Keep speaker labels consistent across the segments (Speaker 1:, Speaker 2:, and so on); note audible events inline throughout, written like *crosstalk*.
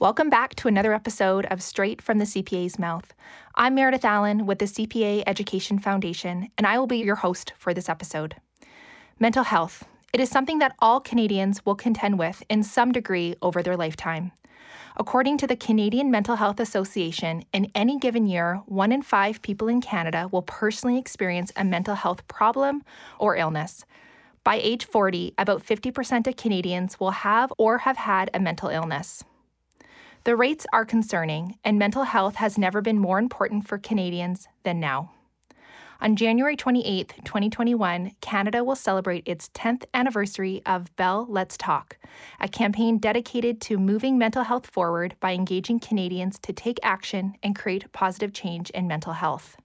Speaker 1: Welcome back to another episode of Straight from the CPA's Mouth. I'm Meredith Allen with the CPA Education Foundation, and I will be your host for this episode. Mental health. It is something that all Canadians will contend with in some degree over their lifetime. According to the Canadian Mental Health Association, in any given year, one in five people in Canada will personally experience a mental health problem or illness. By age 40, about 50% of Canadians will have or have had a mental illness. The rates are concerning, and mental health has never been more important for Canadians than now. On January 28, 2021, Canada will celebrate its 10th anniversary of Bell Let's Talk, a campaign dedicated to moving mental health forward by engaging Canadians to take action and create positive change in mental health.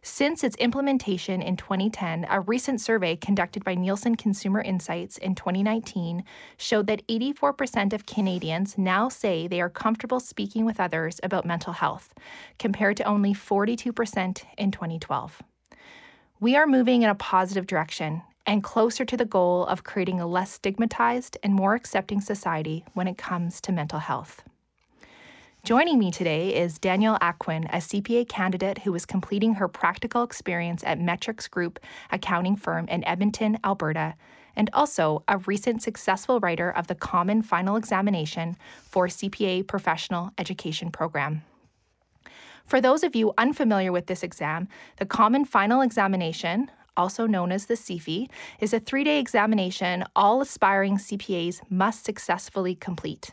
Speaker 1: Since its implementation in 2010, a recent survey conducted by Nielsen Consumer Insights in 2019 showed that 84% of Canadians now say they are comfortable speaking with others about mental health, compared to only 42% in 2012. We are moving in a positive direction and closer to the goal of creating a less stigmatized and more accepting society when it comes to mental health. Joining me today is Danielle Aquin, a CPA candidate who is completing her practical experience at Metrics Group, accounting firm in Edmonton, Alberta, and also a recent successful writer of the Common Final Examination for CPA Professional Education Program. For those of you unfamiliar with this exam, the Common Final Examination, also known as the CFE, is a three day examination all aspiring CPAs must successfully complete.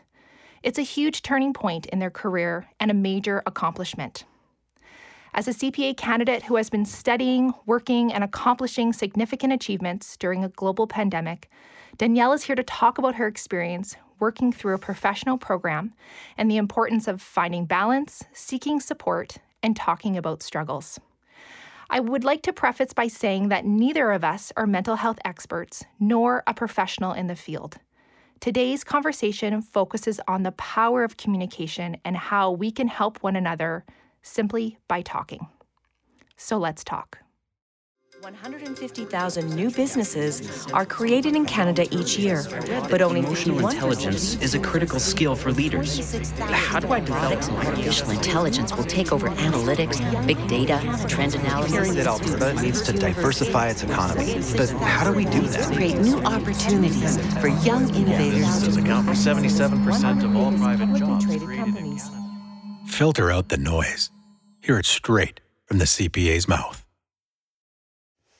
Speaker 1: It's a huge turning point in their career and a major accomplishment. As a CPA candidate who has been studying, working, and accomplishing significant achievements during a global pandemic, Danielle is here to talk about her experience working through a professional program and the importance of finding balance, seeking support, and talking about struggles. I would like to preface by saying that neither of us are mental health experts nor a professional in the field. Today's conversation focuses on the power of communication and how we can help one another simply by talking. So let's talk.
Speaker 2: 150,000 new businesses are created in Canada each year, but only
Speaker 3: emotional
Speaker 2: 51%
Speaker 3: intelligence is a critical skill for leaders. How do I develop
Speaker 4: Robotics and artificial intelligence will take over analytics, big data, trend
Speaker 3: hearing
Speaker 4: analysis,
Speaker 3: that Alberta needs to diversify its economy? But how do we do that?
Speaker 4: create new opportunities for young innovators.
Speaker 3: account for 77% of all private jobs
Speaker 2: companies.
Speaker 5: Filter out the noise. Hear it straight from the CPA's mouth.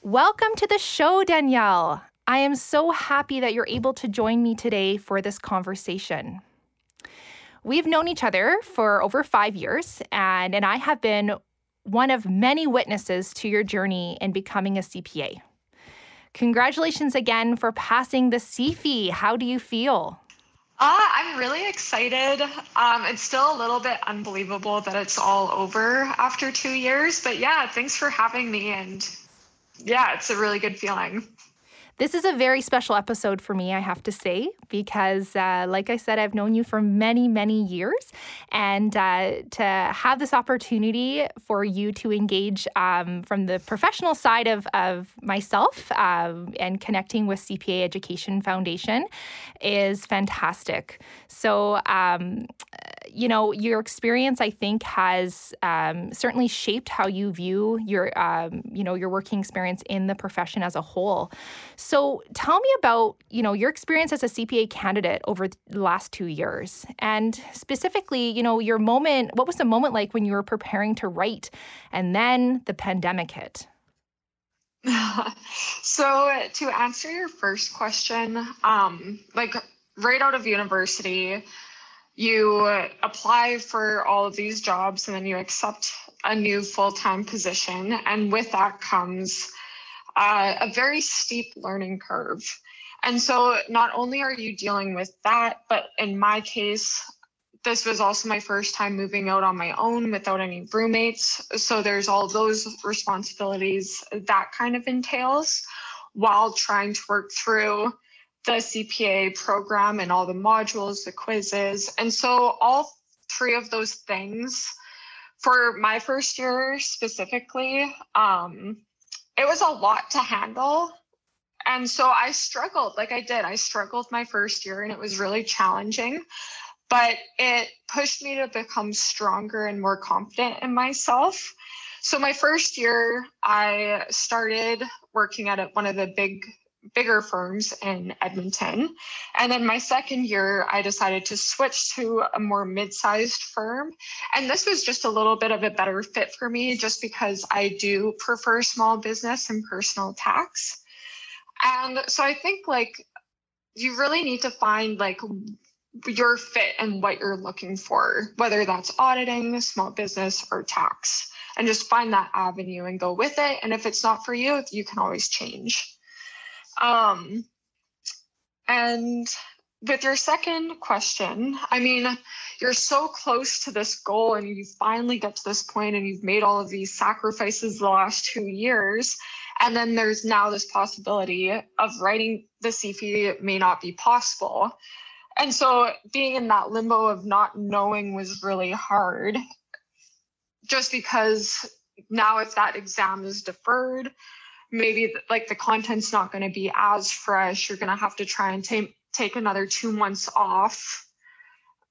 Speaker 1: Welcome to the show, Danielle. I am so happy that you're able to join me today for this conversation. We've known each other for over five years, and, and I have been one of many witnesses to your journey in becoming a CPA. Congratulations again for passing the CFE. How do you feel?
Speaker 6: Uh, I'm really excited. Um, it's still a little bit unbelievable that it's all over after two years, but yeah, thanks for having me. And yeah, it's a really good feeling.
Speaker 1: This is a very special episode for me, I have to say, because, uh, like I said, I've known you for many, many years. And uh, to have this opportunity for you to engage um, from the professional side of, of myself um, and connecting with CPA Education Foundation is fantastic. So, um, you know, your experience, I think, has um, certainly shaped how you view your, um, you know, your working experience in the profession as a whole. So, tell me about, you know, your experience as a CPA candidate over the last two years, and specifically, you know, your moment. What was the moment like when you were preparing to write, and then the pandemic hit?
Speaker 6: *laughs* so, to answer your first question, um, like right out of university, you uh, apply for all of these jobs and then you accept a new full time position. And with that comes uh, a very steep learning curve. And so, not only are you dealing with that, but in my case, this was also my first time moving out on my own without any roommates. So there's all those responsibilities that kind of entails while trying to work through the CPA program and all the modules, the quizzes. And so all three of those things for my first year specifically, um, it was a lot to handle. And so I struggled, like I did. I struggled my first year and it was really challenging but it pushed me to become stronger and more confident in myself. So my first year, I started working at one of the big bigger firms in Edmonton. And then my second year, I decided to switch to a more mid sized firm. And this was just a little bit of a better fit for me just because I do prefer small business and personal tax. And so I think like you really need to find like your fit and what you're looking for, whether that's auditing, small business, or tax. And just find that avenue and go with it. And if it's not for you, you can always change. Um, and with your second question, I mean, you're so close to this goal and you finally get to this point and you've made all of these sacrifices the last two years. And then there's now this possibility of writing the CFE may not be possible. And so being in that limbo of not knowing was really hard just because now if that exam is deferred, maybe like the content's not going to be as fresh you're going to have to try and t- take another two months off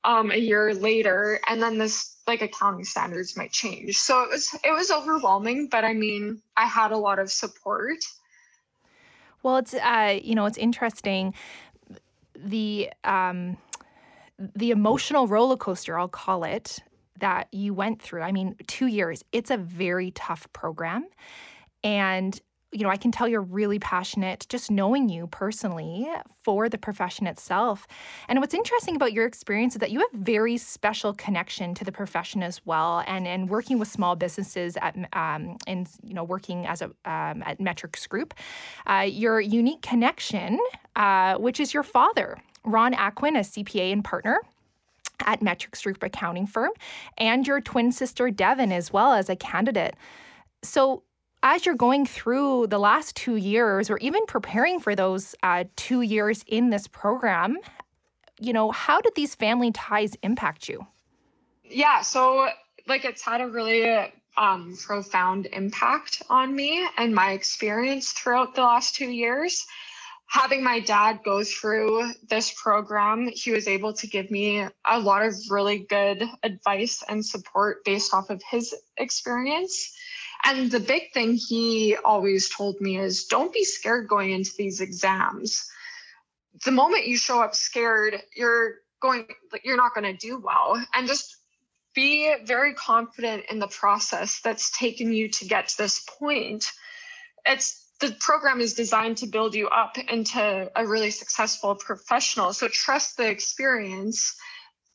Speaker 6: um, a year later and then this like accounting standards might change so it was it was overwhelming but i mean i had a lot of support
Speaker 1: well it's uh, you know it's interesting the um the emotional roller coaster i'll call it that you went through i mean two years it's a very tough program and you know, I can tell you're really passionate just knowing you personally for the profession itself. And what's interesting about your experience is that you have very special connection to the profession as well. And and working with small businesses at um, and you know working as a um, at Metrics Group, uh, your unique connection, uh, which is your father, Ron Aquin, a CPA and partner at Metrics Group accounting firm, and your twin sister Devin as well as a candidate. So as you're going through the last two years or even preparing for those uh, two years in this program, you know, how did these family ties impact you?
Speaker 6: Yeah, so like it's had a really um, profound impact on me and my experience throughout the last two years. Having my dad go through this program, he was able to give me a lot of really good advice and support based off of his experience. And the big thing he always told me is don't be scared going into these exams. The moment you show up scared, you're going you're not going to do well and just be very confident in the process that's taken you to get to this point. It's the program is designed to build you up into a really successful professional. So trust the experience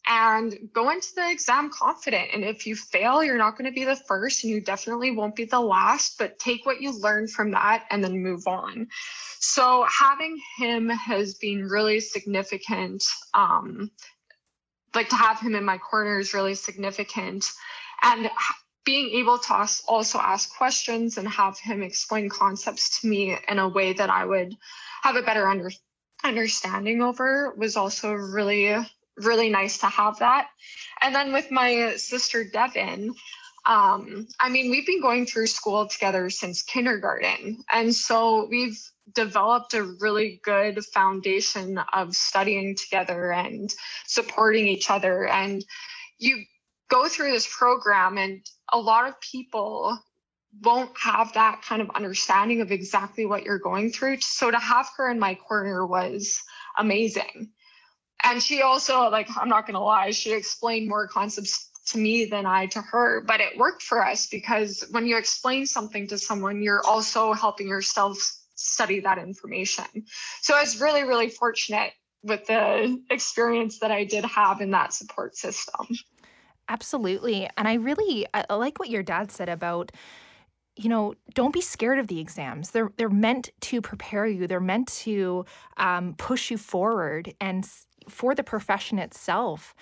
Speaker 6: and go into the exam confident. And if you fail, you're not going to be the first and you definitely won't be the last, but take what you learn from that and then move on. So having him has been really significant. Um, like to have him in my corner is really significant. And being able to also ask questions and have him explain concepts to me in a way that I would have a better under- understanding over was also really really nice to have that. And then with my sister Devin, um, I mean, we've been going through school together since kindergarten. And so we've developed a really good foundation of studying together and supporting each other. And you go through this program, and a lot of people won't have that kind of understanding of exactly what you're going through. So to have her in my corner was amazing and she also like i'm not going to lie she explained more concepts to me than i to her but it worked for us because when you explain something to someone you're also helping yourself study that information so i was really really fortunate with the experience that i did have in that support system
Speaker 1: absolutely and i really I like what your dad said about you know, don't be scared of the exams. They're they're meant to prepare you. They're meant to um, push you forward and for the profession itself.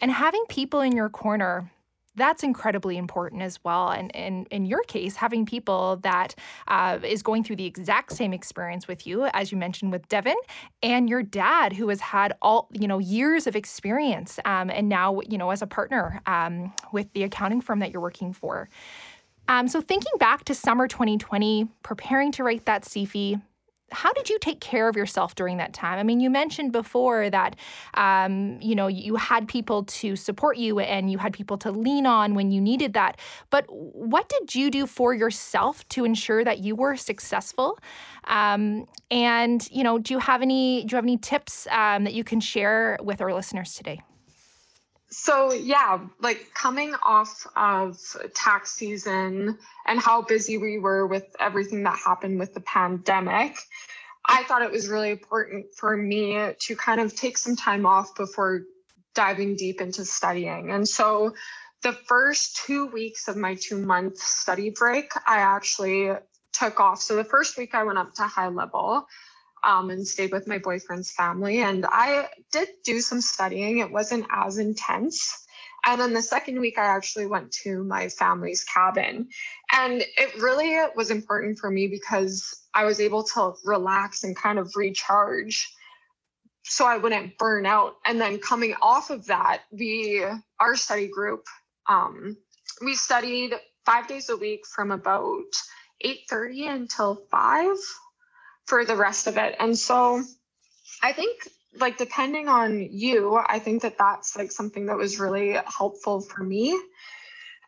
Speaker 1: And having people in your corner, that's incredibly important as well. And and in your case, having people that uh, is going through the exact same experience with you, as you mentioned with Devin, and your dad, who has had all you know years of experience, um, and now you know as a partner um, with the accounting firm that you're working for. Um, so thinking back to summer 2020, preparing to write that CFE, how did you take care of yourself during that time? I mean, you mentioned before that um, you know you had people to support you and you had people to lean on when you needed that. But what did you do for yourself to ensure that you were successful? Um, and you know, do you have any do you have any tips um, that you can share with our listeners today?
Speaker 6: So, yeah, like coming off of tax season and how busy we were with everything that happened with the pandemic, I thought it was really important for me to kind of take some time off before diving deep into studying. And so, the first two weeks of my two month study break, I actually took off. So, the first week I went up to high level. Um, and stayed with my boyfriend's family. And I did do some studying, it wasn't as intense. And then the second week, I actually went to my family's cabin. And it really was important for me because I was able to relax and kind of recharge so I wouldn't burn out. And then coming off of that, we, our study group, um, we studied five days a week from about 8.30 until 5 for the rest of it. And so I think like depending on you, I think that that's like something that was really helpful for me.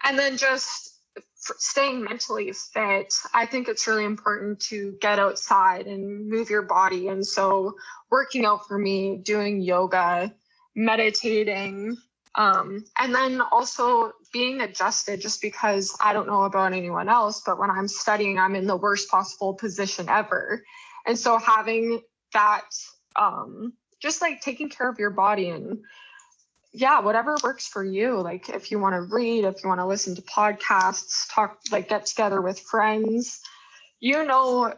Speaker 6: And then just staying mentally fit, I think it's really important to get outside and move your body. And so working out for me, doing yoga, meditating, um, and then also being adjusted just because I don't know about anyone else, but when I'm studying, I'm in the worst possible position ever. And so having that, um, just like taking care of your body and yeah, whatever works for you. Like if you want to read, if you want to listen to podcasts, talk, like get together with friends, you know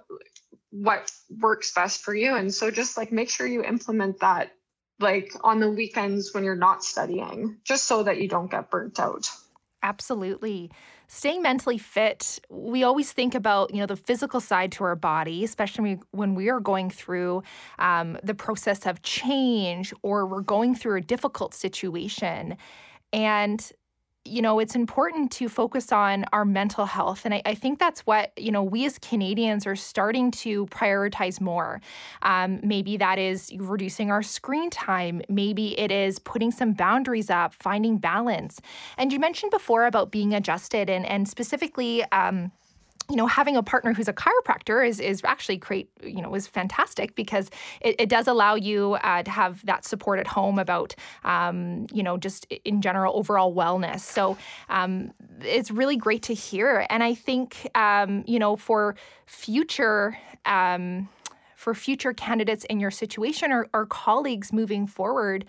Speaker 6: what works best for you. And so just like make sure you implement that like on the weekends when you're not studying, just so that you don't get burnt out.
Speaker 1: Absolutely. Staying mentally fit, we always think about, you know, the physical side to our body, especially when we are going through um, the process of change or we're going through a difficult situation. And you know, it's important to focus on our mental health. And I, I, think that's what, you know, we as Canadians are starting to prioritize more. Um, maybe that is reducing our screen time. Maybe it is putting some boundaries up, finding balance. And you mentioned before about being adjusted and, and specifically, um, you know, having a partner who's a chiropractor is is actually great. You know, is fantastic because it, it does allow you uh, to have that support at home about, um, you know, just in general overall wellness. So um, it's really great to hear, and I think um, you know for future. um, for future candidates in your situation or, or colleagues moving forward,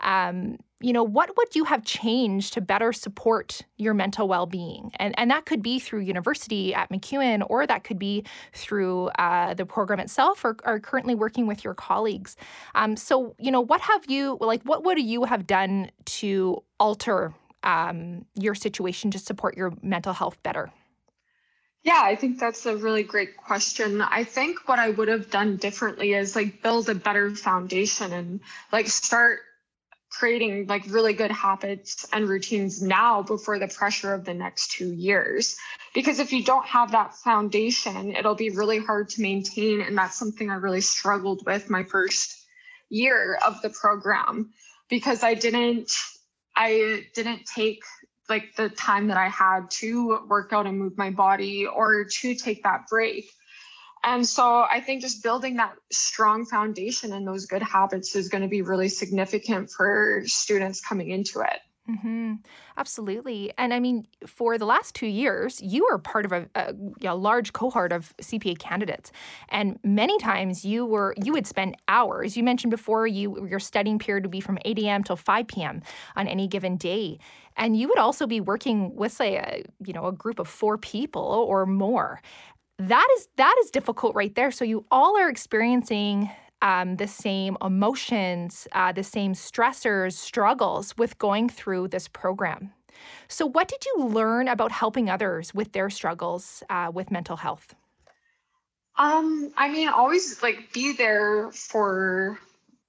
Speaker 1: um, you know, what would you have changed to better support your mental well being? And, and that could be through university at McEwen, or that could be through uh, the program itself, or, or currently working with your colleagues. Um, so, you know, what have you, like, what would you have done to alter um, your situation to support your mental health better?
Speaker 6: Yeah, I think that's a really great question. I think what I would have done differently is like build a better foundation and like start creating like really good habits and routines now before the pressure of the next two years. Because if you don't have that foundation, it'll be really hard to maintain. And that's something I really struggled with my first year of the program because I didn't, I didn't take like the time that I had to work out and move my body or to take that break. And so I think just building that strong foundation and those good habits is going to be really significant for students coming into it.
Speaker 1: Mm-hmm. Absolutely. And I mean, for the last two years, you were part of a, a, a, large cohort of CPA candidates. And many times you were you would spend hours. You mentioned before you your studying period would be from 8 a.m. till 5 p.m. on any given day. And you would also be working with, say, a, you know, a group of four people or more that is that is difficult right there so you all are experiencing um, the same emotions uh, the same stressors struggles with going through this program so what did you learn about helping others with their struggles uh, with mental health
Speaker 6: um, i mean always like be there for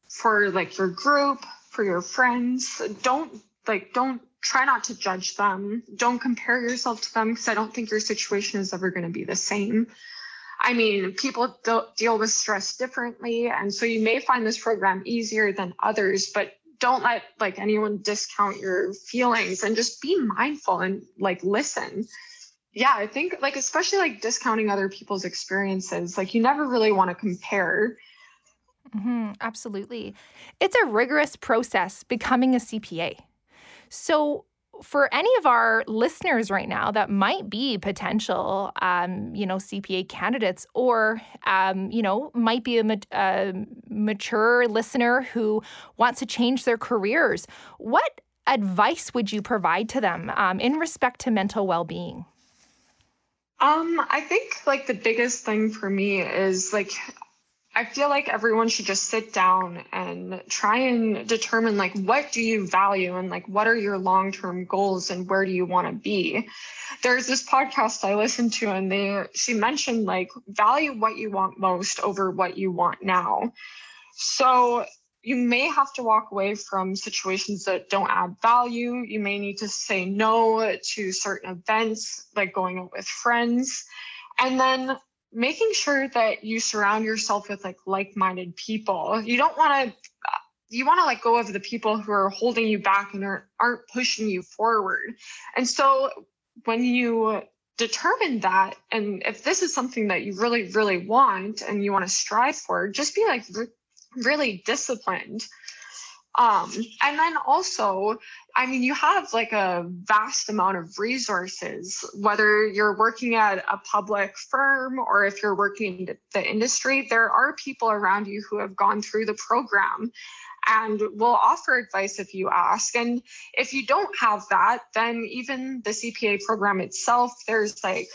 Speaker 6: for like your group for your friends don't like don't try not to judge them. Don't compare yourself to them because I don't think your situation is ever going to be the same. I mean, people de- deal with stress differently. And so you may find this program easier than others, but don't let like anyone discount your feelings and just be mindful and like listen yeah i think like especially like discounting other people's experiences like you never really want to compare
Speaker 1: mm-hmm, absolutely it's a rigorous process becoming a cpa so for any of our listeners right now that might be potential um, you know cpa candidates or um, you know might be a, ma- a mature listener who wants to change their careers what advice would you provide to them um, in respect to mental well-being
Speaker 6: um, I think like the biggest thing for me is like I feel like everyone should just sit down and try and determine like what do you value and like what are your long-term goals and where do you want to be. There's this podcast I listened to and they she mentioned like value what you want most over what you want now. So you may have to walk away from situations that don't add value. You may need to say no to certain events, like going out with friends. And then making sure that you surround yourself with like like-minded people. You don't want to you want to let go of the people who are holding you back and are, aren't pushing you forward. And so when you determine that and if this is something that you really really want and you want to strive for, just be like really disciplined. Um, and then also, I mean, you have like a vast amount of resources, whether you're working at a public firm or if you're working in the industry, there are people around you who have gone through the program and will offer advice if you ask. And if you don't have that, then even the CPA program itself, there's like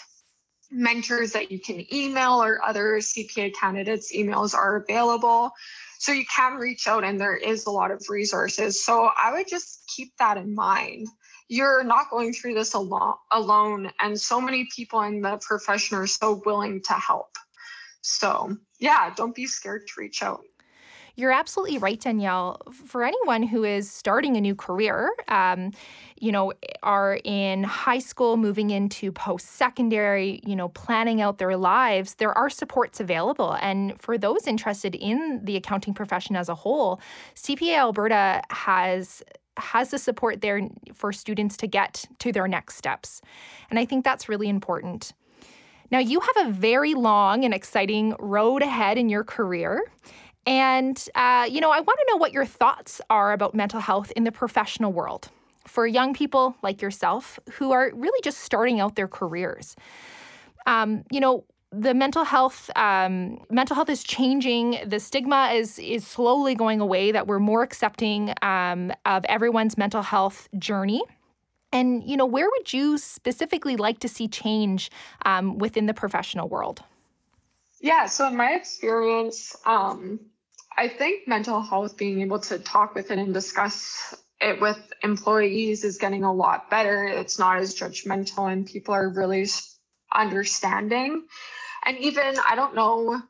Speaker 6: mentors that you can email or other CPA candidates' emails are available. So you can reach out and there is a lot of resources. So I would just keep that in mind. You're not going through this alo- alone, and so many people in the profession are so willing to help. So, yeah, don't be scared to reach out.
Speaker 1: You're absolutely right, Danielle. For anyone who is starting a new career, um, you know, are in high school, moving into post secondary, you know, planning out their lives, there are supports available. And for those interested in the accounting profession as a whole, CPA Alberta has has the support there for students to get to their next steps. And I think that's really important. Now, you have a very long and exciting road ahead in your career. And, uh, you know, I want to know what your thoughts are about mental health in the professional world for young people like yourself who are really just starting out their careers. Um, you know, the mental health um, mental health is changing. The stigma is is slowly going away. That we're more accepting um, of everyone's mental health journey. And you know, where would you specifically like to see change um, within the professional world?
Speaker 6: Yeah. So in my experience, um, I think mental health, being able to talk with it and discuss it with employees is getting a lot better. It's not as judgmental, and people are really understanding. And even, I don't know,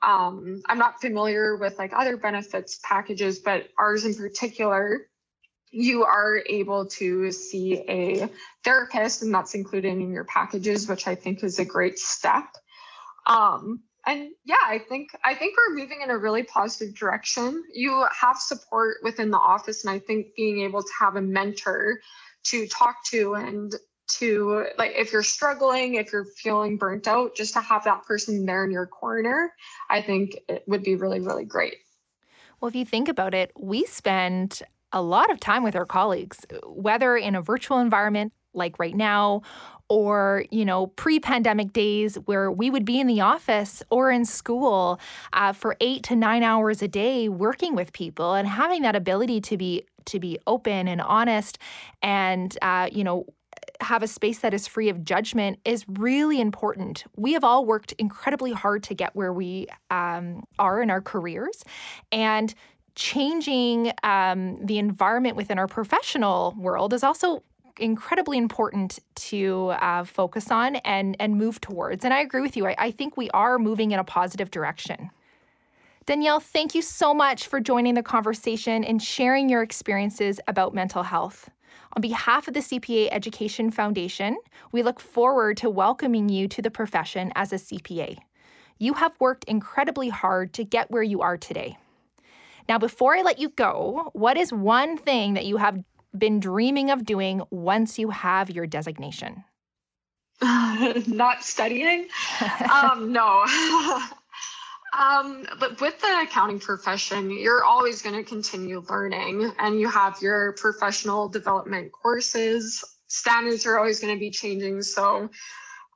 Speaker 6: um, I'm not familiar with like other benefits packages, but ours in particular, you are able to see a therapist, and that's included in your packages, which I think is a great step. Um, and yeah i think i think we're moving in a really positive direction you have support within the office and i think being able to have a mentor to talk to and to like if you're struggling if you're feeling burnt out just to have that person there in your corner i think it would be really really great
Speaker 1: well if you think about it we spend a lot of time with our colleagues whether in a virtual environment like right now or you know pre-pandemic days where we would be in the office or in school uh, for eight to nine hours a day working with people and having that ability to be to be open and honest and uh, you know have a space that is free of judgment is really important. We have all worked incredibly hard to get where we um, are in our careers, and changing um, the environment within our professional world is also incredibly important to uh, focus on and and move towards. And I agree with you. I, I think we are moving in a positive direction. Danielle, thank you so much for joining the conversation and sharing your experiences about mental health. On behalf of the CPA Education Foundation, we look forward to welcoming you to the profession as a CPA. You have worked incredibly hard to get where you are today. Now, before I let you go, what is one thing that you have been dreaming of doing once you have your designation?
Speaker 6: *laughs* Not studying? um, no. *laughs* um, but with the accounting profession, you're always going to continue learning and you have your professional development courses. Standards are always going to be changing. So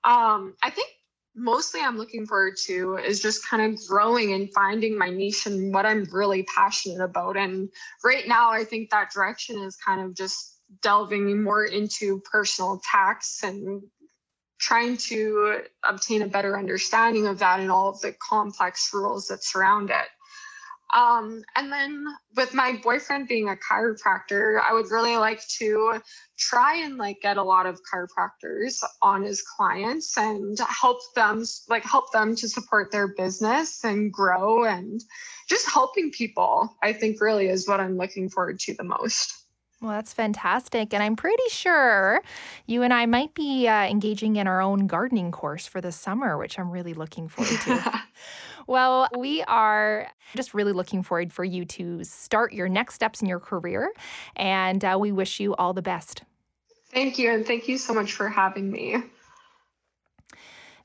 Speaker 6: um, I think mostly I'm looking forward to is just kind of growing and finding my niche and what I'm really passionate about. And right now, I think that direction is kind of just delving more into personal tax and trying to obtain a better understanding of that and all of the complex rules that surround it. Um, and then with my boyfriend being a chiropractor, I would really like to try and like get a lot of chiropractors on as clients and help them like help them to support their business and grow and just helping people. I think really is what I'm looking forward to the most.
Speaker 1: Well, that's fantastic. And I'm pretty sure you and I might be uh, engaging in our own gardening course for the summer, which I'm really looking forward to. well, we are just really looking forward for you to start your next steps in your career. And uh, we wish you all the best.
Speaker 6: *laughs* Thank you, and thank you so much for having me.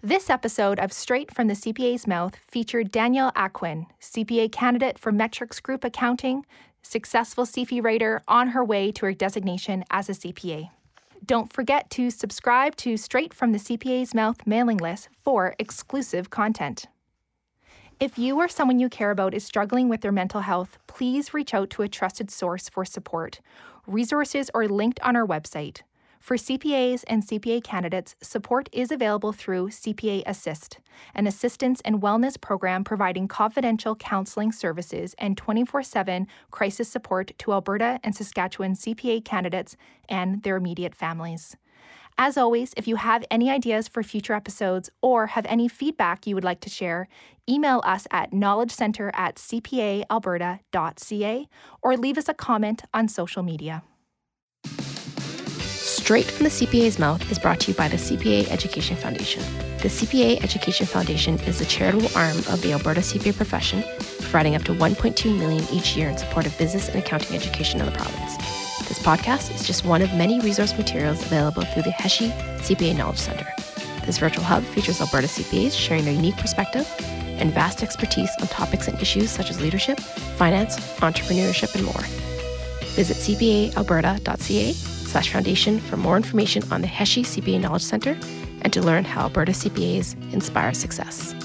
Speaker 1: This episode of Straight from the CPA's Mouth featured Danielle Aquin, CPA candidate for Metrics Group Accounting, successful CFE writer on her way to her designation as a CPA. Don't forget to subscribe to Straight from the CPA's Mouth mailing list for exclusive content. If you or someone you care about is struggling with their mental health, please reach out to a trusted source for support. Resources are linked on our website. For CPAs and CPA candidates, support is available through CPA Assist, an assistance and wellness program providing confidential counseling services and 24 7 crisis support to Alberta and Saskatchewan CPA candidates and their immediate families. As always, if you have any ideas for future episodes or have any feedback you would like to share, email us at knowledgecenter at cpaalberta.ca or leave us a comment on social media.
Speaker 7: Straight from the CPA's Mouth is brought to you by the CPA Education Foundation. The CPA Education Foundation is the charitable arm of the Alberta CPA profession, providing up to 1.2 million each year in support of business and accounting education in the province. This podcast is just one of many resource materials available through the HESHI CPA Knowledge Centre. This virtual hub features Alberta CPAs sharing their unique perspective and vast expertise on topics and issues such as leadership, finance, entrepreneurship, and more. Visit cpaalberta.ca slash foundation for more information on the HESHI CPA Knowledge Center and to learn how Alberta CPAs inspire success.